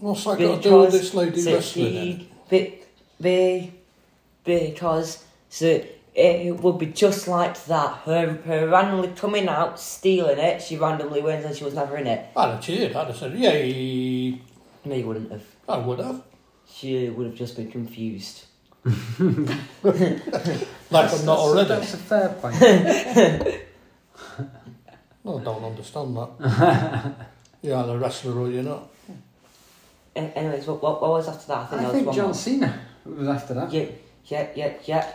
[SPEAKER 3] What's that got
[SPEAKER 1] because
[SPEAKER 3] to do with this lady
[SPEAKER 1] so
[SPEAKER 3] wrestling? then?
[SPEAKER 1] he- be, be, because so it would be just like that. Her, her randomly coming out, stealing it. She randomly wins, and she was never in it.
[SPEAKER 3] I'd have cheered. I'd have said, "Yay!"
[SPEAKER 1] No, you wouldn't have.
[SPEAKER 3] I would have.
[SPEAKER 1] She would have just been confused.
[SPEAKER 3] Like I'm not already.
[SPEAKER 4] That's a fair point.
[SPEAKER 3] No, I don't understand that. You're either a wrestler or you're not.
[SPEAKER 1] An- Anyways, what, what, what was after that? I think
[SPEAKER 4] I
[SPEAKER 1] that
[SPEAKER 4] think
[SPEAKER 1] was one
[SPEAKER 4] John
[SPEAKER 1] more.
[SPEAKER 4] Cena was after that,
[SPEAKER 1] Yeah, yeah, yeah, yeah.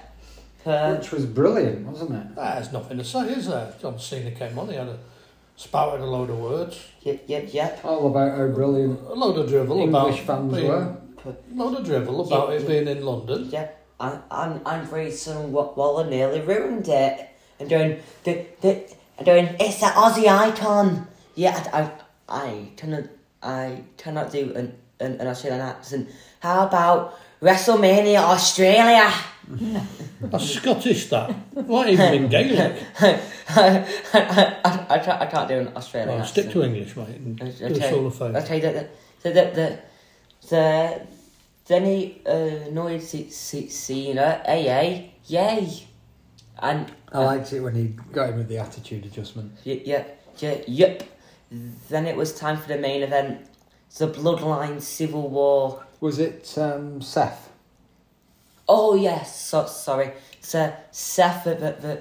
[SPEAKER 1] Her,
[SPEAKER 4] which was brilliant, wasn't it?
[SPEAKER 3] There's nothing to say, is there? John Cena came on. He had a spouted a load of words,
[SPEAKER 1] yeah, yeah, yeah.
[SPEAKER 4] All about how brilliant.
[SPEAKER 3] a load of drivel
[SPEAKER 4] English
[SPEAKER 3] about
[SPEAKER 4] fans
[SPEAKER 3] being,
[SPEAKER 4] were.
[SPEAKER 3] load of drivel about
[SPEAKER 1] Yeah.
[SPEAKER 3] it being in London.
[SPEAKER 1] Yeah, and and and Grayson Wa- Waller nearly ruined it. And doing the the and doing it's that Aussie icon. Yeah, I I, I cannot I cannot do an an, an Australian accent. How about WrestleMania Australia?
[SPEAKER 3] That's Scottish, that. Not even in Gaelic.
[SPEAKER 1] I, I, I, I, can't, I can't do an Australian
[SPEAKER 3] Well,
[SPEAKER 1] accent.
[SPEAKER 3] stick to English, mate, and do
[SPEAKER 1] Okay.
[SPEAKER 3] us all a favour.
[SPEAKER 1] Okay, that, that, so that, that, the, then he uh, annoyed C- C- Cena, AA, yay! And,
[SPEAKER 4] I liked it when he got him with the attitude adjustment.
[SPEAKER 1] y- yeah, yeah, yep. Then it was time for the main event, the Bloodline Civil War.
[SPEAKER 4] Was it um, Seth?
[SPEAKER 1] Oh, yes, so, sorry. So, Seth v- v-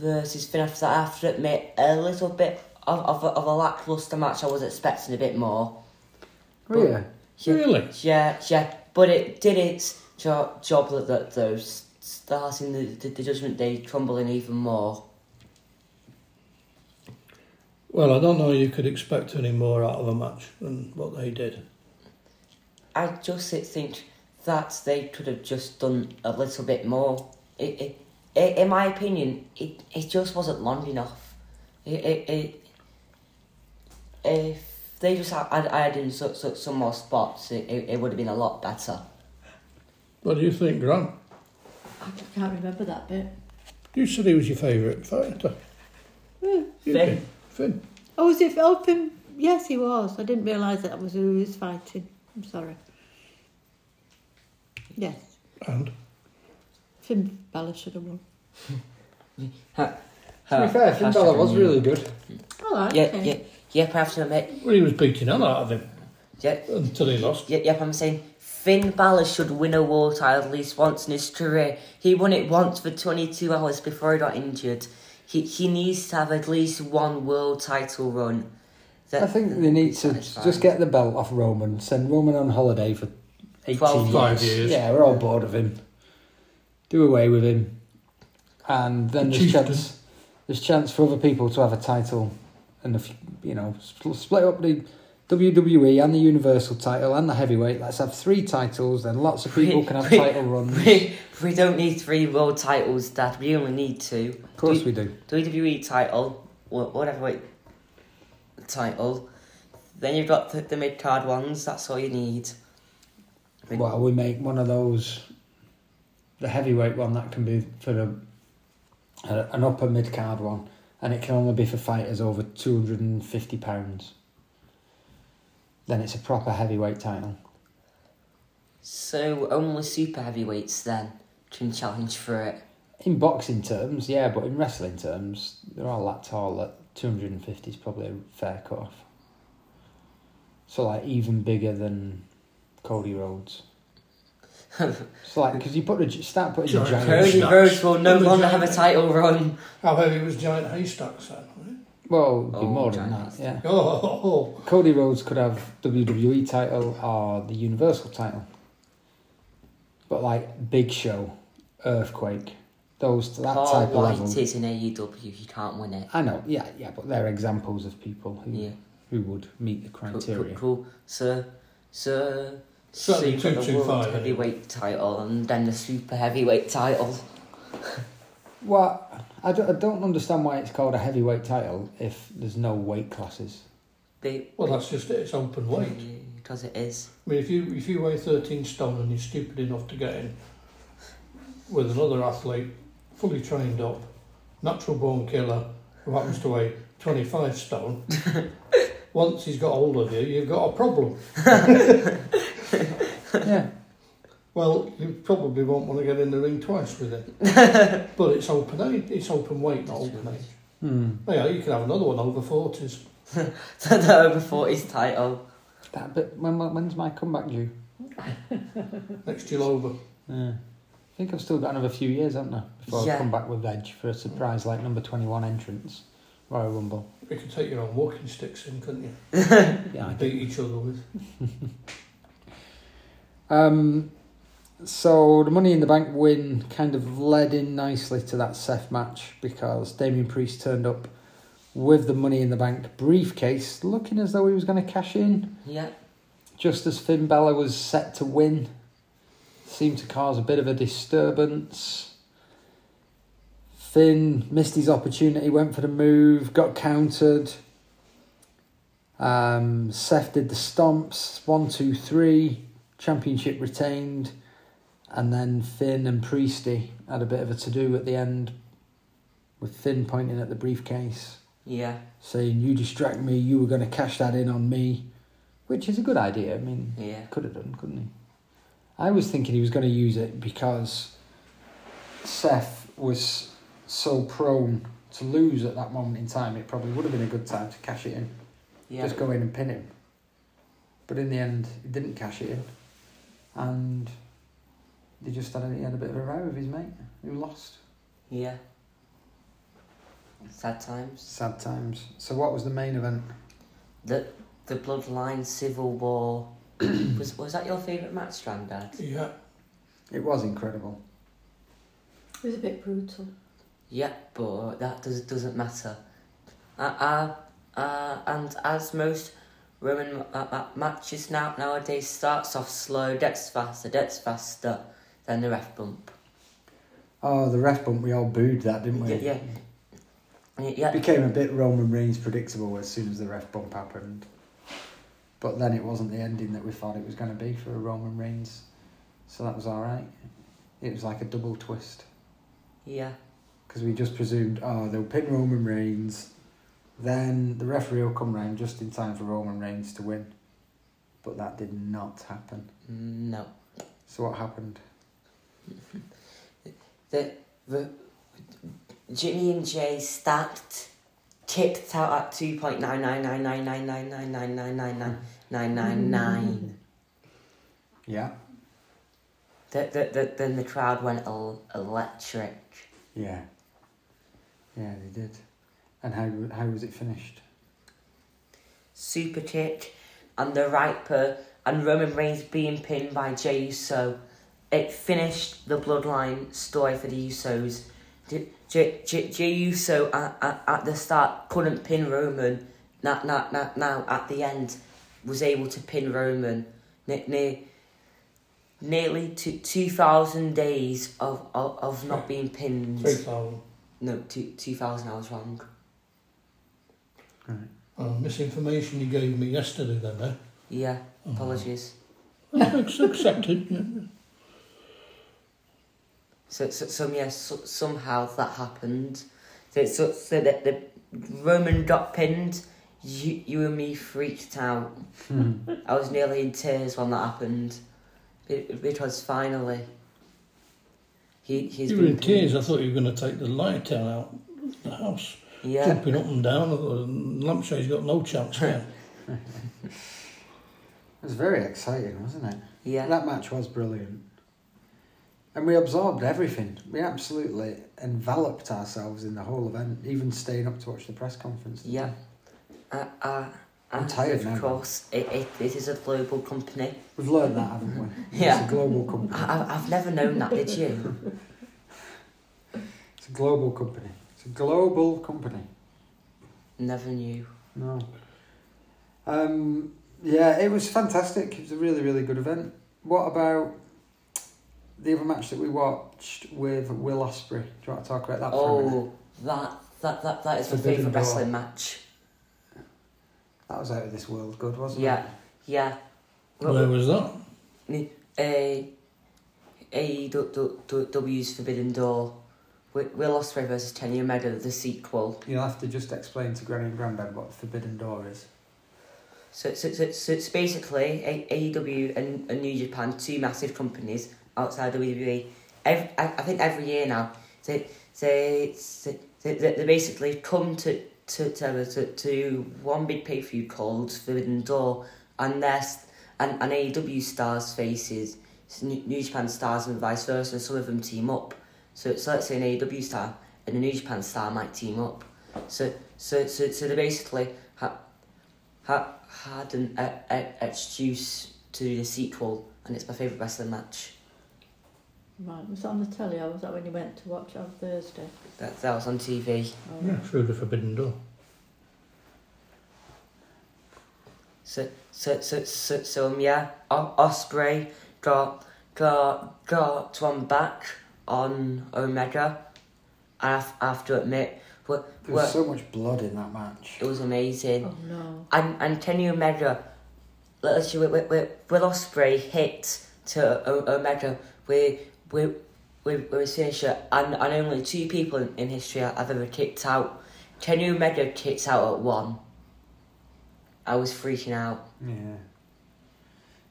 [SPEAKER 1] versus Finn after that, after it made a little bit of, of, a, of a lackluster match, I was expecting a bit more.
[SPEAKER 4] Oh, yeah.
[SPEAKER 3] Really?
[SPEAKER 1] Yeah, yeah, but it did its job, job that, that though, s- starting the, the, the Judgment Day crumbling even more.
[SPEAKER 3] Well, I don't know you could expect any more out of a match than what they did.
[SPEAKER 1] I just think that they could have just done a little bit more. It, it, it, in my opinion, it, it just wasn't long enough. It, it, it, if they just had, had, had in so, so, some more spots, it, it, it would have been a lot better.
[SPEAKER 3] What do you think, Grant?
[SPEAKER 2] I can't remember that bit.
[SPEAKER 3] You said he was your favourite fighter. You
[SPEAKER 1] Finn.
[SPEAKER 3] did. Finn.
[SPEAKER 2] Oh, was it open? Yes, he was. I didn't realise that was who he was fighting. I'm sorry. Yes,
[SPEAKER 3] And
[SPEAKER 2] Finn Balor should have won.
[SPEAKER 4] To be fair, Finn Balor was really good.
[SPEAKER 2] All right.
[SPEAKER 1] Yeah,
[SPEAKER 2] okay.
[SPEAKER 1] yeah, yeah, perhaps I'm a-
[SPEAKER 3] well, he was beating hell out of him
[SPEAKER 1] yeah,
[SPEAKER 3] until he lost.
[SPEAKER 1] Yep, yep, I'm saying Finn Balor should win a war title at least once in his career. He won it once for 22 hours before he got injured. He, he needs to have at least one world title run. That-
[SPEAKER 4] I think they need to
[SPEAKER 1] satisfying.
[SPEAKER 4] just get the belt off Roman, send Roman on holiday for 18
[SPEAKER 1] Twelve
[SPEAKER 4] years.
[SPEAKER 3] Five years.
[SPEAKER 4] Yeah, we're all bored of him. Do away with him. And then there's
[SPEAKER 3] Chieftain.
[SPEAKER 4] chance, there's chance for other people to have a title. And, if, you know, spl- split up the WWE and the Universal title and the heavyweight. Let's have three titles, then lots of people can have
[SPEAKER 1] We-
[SPEAKER 4] title runs.
[SPEAKER 1] We, we don't need three world titles, Dad. We only need two.
[SPEAKER 4] Of course we do.
[SPEAKER 1] WWE title, or whatever weight title. Then you've got the, the mid card ones. That's all you need.
[SPEAKER 4] Well, we make one of those, the heavyweight one that can be for a, a an upper mid card one, and it can only be for fighters over two hundred and fifty pounds. Then it's a proper heavyweight title.
[SPEAKER 1] So only super heavyweights then can challenge for it.
[SPEAKER 4] In boxing terms, yeah, but in wrestling terms, they're all that tall that two hundred and fifty is probably a fair cut off. So like even bigger than Cody Rhodes. It's like because you put the gi- start putting the
[SPEAKER 3] Giant
[SPEAKER 4] giant.
[SPEAKER 3] curve.
[SPEAKER 1] Curly
[SPEAKER 3] Nuts.
[SPEAKER 1] Roads will no
[SPEAKER 3] Number
[SPEAKER 1] longer have a
[SPEAKER 3] giant.
[SPEAKER 1] title run.
[SPEAKER 3] How heavy was Giant Haystacks then? was it?
[SPEAKER 4] Well, it'd be
[SPEAKER 1] Oh,
[SPEAKER 4] more than
[SPEAKER 1] giant.
[SPEAKER 4] that. Yeah.
[SPEAKER 3] Oh, oh, oh.
[SPEAKER 4] Cody Rhodes could have WWE title or the Universal title, but like Big Show, Earthquake, those to that
[SPEAKER 1] Paul
[SPEAKER 4] type of
[SPEAKER 1] White
[SPEAKER 4] level.
[SPEAKER 1] Oh, is in AEW. He can't win it.
[SPEAKER 4] I know. Yeah, yeah, but they're examples of people who
[SPEAKER 1] Yeah.
[SPEAKER 4] who would meet the
[SPEAKER 1] Cool, cool,
[SPEAKER 4] criteria.
[SPEAKER 1] cool. Sir, sir.
[SPEAKER 3] Certainly
[SPEAKER 1] Sue got the
[SPEAKER 3] 225,
[SPEAKER 1] world
[SPEAKER 3] yeah.
[SPEAKER 1] heavyweight title and then the super heavyweight title.
[SPEAKER 4] Well, I don't, I don't understand why it's called a heavyweight title if there's no weight classes.
[SPEAKER 1] They
[SPEAKER 3] Well, that's just it. It's open weight.
[SPEAKER 1] because it is.
[SPEAKER 3] I mean, if you if you weigh thirteen stone and you're stupid enough to get in with another athlete, fully trained up, natural born killer, who happens to weigh twenty five stone, once he's got hold of you, you've got a problem.
[SPEAKER 4] yeah.
[SPEAKER 3] Well, you probably won't want to get in the ring twice with it. but it's open age. It's open weight, not
[SPEAKER 1] That's
[SPEAKER 3] open
[SPEAKER 1] right.
[SPEAKER 3] age.
[SPEAKER 4] Hmm.
[SPEAKER 3] Oh, yeah, you can have another one over forties.
[SPEAKER 1] the over forties title.
[SPEAKER 4] That bit. When when's my comeback due?
[SPEAKER 3] Next year over.
[SPEAKER 4] Yeah. I think I've still got another few years, haven't I? Before
[SPEAKER 1] Yeah.
[SPEAKER 4] I come back with Edge for a surprise like number twenty one entrance, Royal Rumble.
[SPEAKER 3] You could take your own walking sticks in, couldn't you?
[SPEAKER 4] Yeah. I
[SPEAKER 3] Beat each other with.
[SPEAKER 4] Um, so the Money in the Bank win kind of led in nicely to that Seth match because Damien Priest turned up with the Money in the Bank briefcase, looking as though he was going to cash in.
[SPEAKER 1] Yeah.
[SPEAKER 4] Just as Finn Balor was set to win, seemed to cause a bit of a disturbance. Finn missed his opportunity, went for the move, got countered. Um, Seth did the stomps, one, two, three, championship retained, and then Finn and Priesty had a bit of a to do at the end, with Finn pointing at the briefcase,
[SPEAKER 1] Yeah.
[SPEAKER 4] saying, "You distract me. You were going to cash that in on me," which is a good idea. I mean,
[SPEAKER 1] Yeah.
[SPEAKER 4] could have done, couldn't he? I was thinking he was going to use it because Seth was so prone to lose at that moment in time. It probably would have been a good time to cash it in,
[SPEAKER 1] Yeah.
[SPEAKER 4] just go in and pin him. But in the end, he didn't cash it in, and they just had a, he had a bit of a row with his mate who lost.
[SPEAKER 1] yeah. Sad times.
[SPEAKER 4] Sad times. So what was the main event?
[SPEAKER 1] The the bloodline civil war. was was that your favourite match, Grandad?
[SPEAKER 3] Yeah.
[SPEAKER 4] It was incredible.
[SPEAKER 5] It was a bit brutal.
[SPEAKER 1] Yeah, but that does doesn't matter. Uh, uh, uh, and as most Roman uh, uh, matches now nowadays starts off slow, gets faster, gets faster, then the ref bump.
[SPEAKER 4] Oh, the ref bump. We all booed that, didn't we?
[SPEAKER 1] Yeah, yeah, Y- yeah.
[SPEAKER 4] It became a bit Roman Reigns predictable as soon as the ref bump happened. But then it wasn't the ending that we thought it was going to be for a Roman Reigns. So that was alright. It was like a double twist.
[SPEAKER 1] Yeah,
[SPEAKER 4] Because we just presumed, oh, they'll pin Roman Reigns. Then the referee will come round just in time for Roman Reigns to win. But that did not happen.
[SPEAKER 1] no.
[SPEAKER 4] So what happened?
[SPEAKER 1] The, the Jimmy and Jay stacked, kicked out at two point nine nine nine nine nine nine nine nine nine nine nine nine nine nine.
[SPEAKER 4] Yeah.
[SPEAKER 1] The, the, the, then the crowd went el- electric.
[SPEAKER 4] Yeah. Yeah, they did. And how, how was it finished?
[SPEAKER 1] Super kick, and the right per and Roman Reigns being pinned by Jey Uso. It finished the bloodline story for the Usos. J- J- J- Jey Uso at, at, at the start couldn't pin Roman. Now, now, now, now at the end was able to pin Roman. Ne- ne- nearly two, 2,000 days of, of, of not being
[SPEAKER 3] Three
[SPEAKER 1] pinned.
[SPEAKER 3] thousand.
[SPEAKER 1] No, two, 2,000, I was wrong.
[SPEAKER 3] Oh, misinformation you gave me yesterday then, eh?
[SPEAKER 1] Yeah, apologies.
[SPEAKER 3] It's accepted. yeah.
[SPEAKER 1] So, so, so yeah, so, somehow that happened. So, so, so that the Roman got pinned, you, you and me freaked out.
[SPEAKER 4] Hmm.
[SPEAKER 1] I was nearly in tears when that happened. It, because finally, he, he's
[SPEAKER 3] You were
[SPEAKER 1] been
[SPEAKER 3] in
[SPEAKER 1] pinned.
[SPEAKER 3] tears. I thought you were going to take the light out of the house,
[SPEAKER 1] Yeah,
[SPEAKER 3] jumping up and down. The lampshade's got no chance there.
[SPEAKER 4] It was very exciting, wasn't it?
[SPEAKER 1] yeah.
[SPEAKER 4] That match was brilliant. And we absorbed everything. We absolutely enveloped ourselves in the whole event, even staying up to watch the press conference.
[SPEAKER 1] Yeah. Uh, uh,
[SPEAKER 4] I'm
[SPEAKER 1] and
[SPEAKER 4] tired
[SPEAKER 1] of
[SPEAKER 4] now.
[SPEAKER 1] course, it, it, it is a global company.
[SPEAKER 4] We've learned that, haven't we?
[SPEAKER 1] Yeah.
[SPEAKER 4] It's a global company.
[SPEAKER 1] I, I- I've never known that, did you?
[SPEAKER 4] It's a global company. It's a global company.
[SPEAKER 1] Never knew.
[SPEAKER 4] No. Um, yeah, it was fantastic. It was a really, really good event. What about the other match that we watched with Will Osprey? Do you want to talk about that for a minute?
[SPEAKER 1] Oh, that that that, that is my
[SPEAKER 4] Forbidden
[SPEAKER 1] favourite
[SPEAKER 4] Door.
[SPEAKER 1] wrestling match.
[SPEAKER 4] That was out of this world good, wasn't
[SPEAKER 1] Yeah,
[SPEAKER 4] it?
[SPEAKER 1] yeah.
[SPEAKER 3] Where was that?
[SPEAKER 1] A E, AEW's Forbidden Door. Wi- Will Ospreay versus Kenny Omega, the sequel.
[SPEAKER 4] You'll have to just explain to Granny and Grandad what Forbidden Door is.
[SPEAKER 1] So, so, so, so it's basically A- AEW and, and New Japan, two massive companies outside WWE. Ev I, I think every year now, they, they, they, they, they basically come to to, to, to, to one big pay per view called Forbidden Door, and their, s- and, and AEW stars faces New New Japan stars and vice versa, and some of them team up. So, so let's say an AEW star and a New Japan star might team up. So, so, so, so they basically ha- ha- had an e- e- excuse to do the sequel, and it's my favourite wrestling match.
[SPEAKER 5] Right, was that on the telly or was that when you went to watch on Thursday?
[SPEAKER 1] That, that was on TV.
[SPEAKER 5] Oh,
[SPEAKER 3] Yeah, through the forbidden door.
[SPEAKER 1] So, so, so, so, so um, yeah, o- Osprey got got got one back on Omega. I have, I have to admit, what,
[SPEAKER 4] There was
[SPEAKER 1] what,
[SPEAKER 4] so much blood in that match.
[SPEAKER 1] it was amazing.
[SPEAKER 5] Oh, no.
[SPEAKER 1] and and Kenny Omega, let's see, with, with, with Will Osprey hit to o- Omega with with with, with his finisher, and, and only two people in, in history I've ever kicked out. Kenny Omega kicked out at one. I was freaking out.
[SPEAKER 4] Yeah.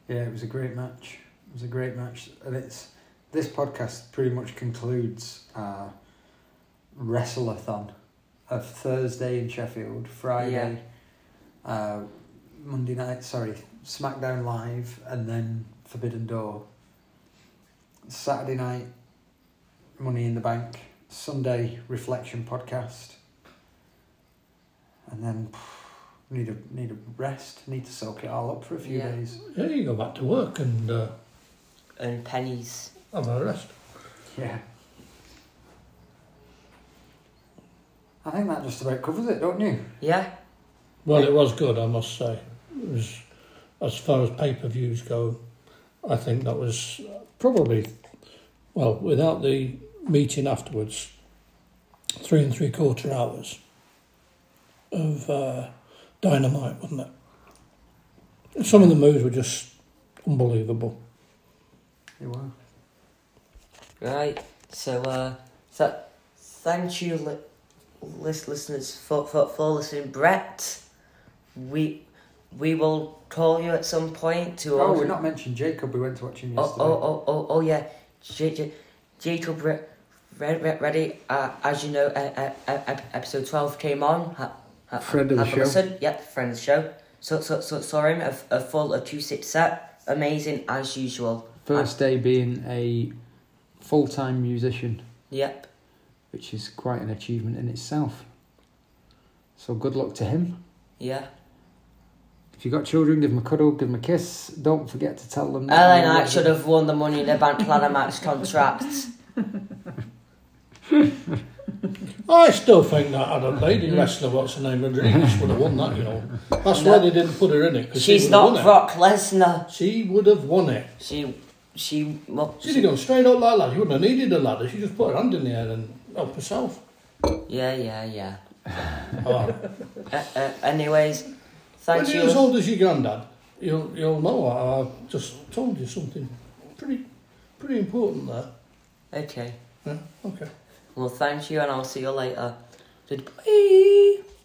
[SPEAKER 4] Yeah, it was a great match. It was a great match. And it's this podcast pretty much concludes our wrestleathon of Thursday in Sheffield, Friday, uh, Monday night, sorry, SmackDown Live, and then Forbidden Door. Saturday night, Money in the Bank. Sunday, Reflection Podcast. And then need a need a rest, need to soak it all up for a few
[SPEAKER 1] Yeah.
[SPEAKER 4] days.
[SPEAKER 3] Yeah, you go back to work and uh,
[SPEAKER 1] And pennies.
[SPEAKER 3] have a rest.
[SPEAKER 4] Yeah. I think that just about covers it, don't you?
[SPEAKER 1] Yeah,
[SPEAKER 3] Well, it was good, I must say. It was, as far as pay per views go, I think that was probably, well, without the meeting afterwards, three and three quarter hours of uh, dynamite, wasn't it? Some of the moves were just unbelievable.
[SPEAKER 4] You were.
[SPEAKER 1] right. So, uh, so thank you, li- list listeners, for, for, for listening. Brett, we we will call you at some point to
[SPEAKER 4] Oh,
[SPEAKER 1] order-
[SPEAKER 4] we're not mentioning Jacob. We went to watch him
[SPEAKER 1] Oh,
[SPEAKER 4] yesterday.
[SPEAKER 1] oh, oh, oh, oh, yeah. J- J- Jacob Re- Re- Re- Reddy, uh, as you know, uh, uh, uh, episode 12 came on. Ha- ha-
[SPEAKER 4] Friend of the
[SPEAKER 1] have a
[SPEAKER 4] show.
[SPEAKER 1] Listen. Yep, friend of the show. So, so, so saw him, a, a full acoustic set. Amazing as usual.
[SPEAKER 4] First day being a full time musician,
[SPEAKER 1] Yep.
[SPEAKER 4] which is quite an achievement in itself. So good luck to him.
[SPEAKER 1] Yeah.
[SPEAKER 4] If you've got children, give them a cuddle, give them a kiss. Don't forget to tell them. that
[SPEAKER 1] Ellen
[SPEAKER 4] you
[SPEAKER 1] I
[SPEAKER 4] love
[SPEAKER 1] should
[SPEAKER 4] them.
[SPEAKER 1] have won the money in the bank ladder match contract.
[SPEAKER 3] I still think that other lady wrestler, what's her name, Rodriguez, would have won that, you know. That's why they didn't put her in it. 'cause she
[SPEAKER 1] She's
[SPEAKER 3] would have
[SPEAKER 1] not
[SPEAKER 3] won it.
[SPEAKER 1] Brock Lesnar.
[SPEAKER 3] She would have won it.
[SPEAKER 1] She, she, well,
[SPEAKER 3] She'd have gone straight up like that. You wouldn't have needed a ladder. She just put her hand in the air and helped herself.
[SPEAKER 1] yeah, yeah, yeah.
[SPEAKER 3] Oh,
[SPEAKER 1] Uh, uh, anyways,
[SPEAKER 3] when
[SPEAKER 1] thank
[SPEAKER 3] you're as
[SPEAKER 1] you.
[SPEAKER 3] old as your granddad, you'll, you'll know I, I just told you something pretty pretty important there.
[SPEAKER 1] Okay.
[SPEAKER 3] Yeah, okay.
[SPEAKER 1] Well, thank you, and I'll see you later. Goodbye.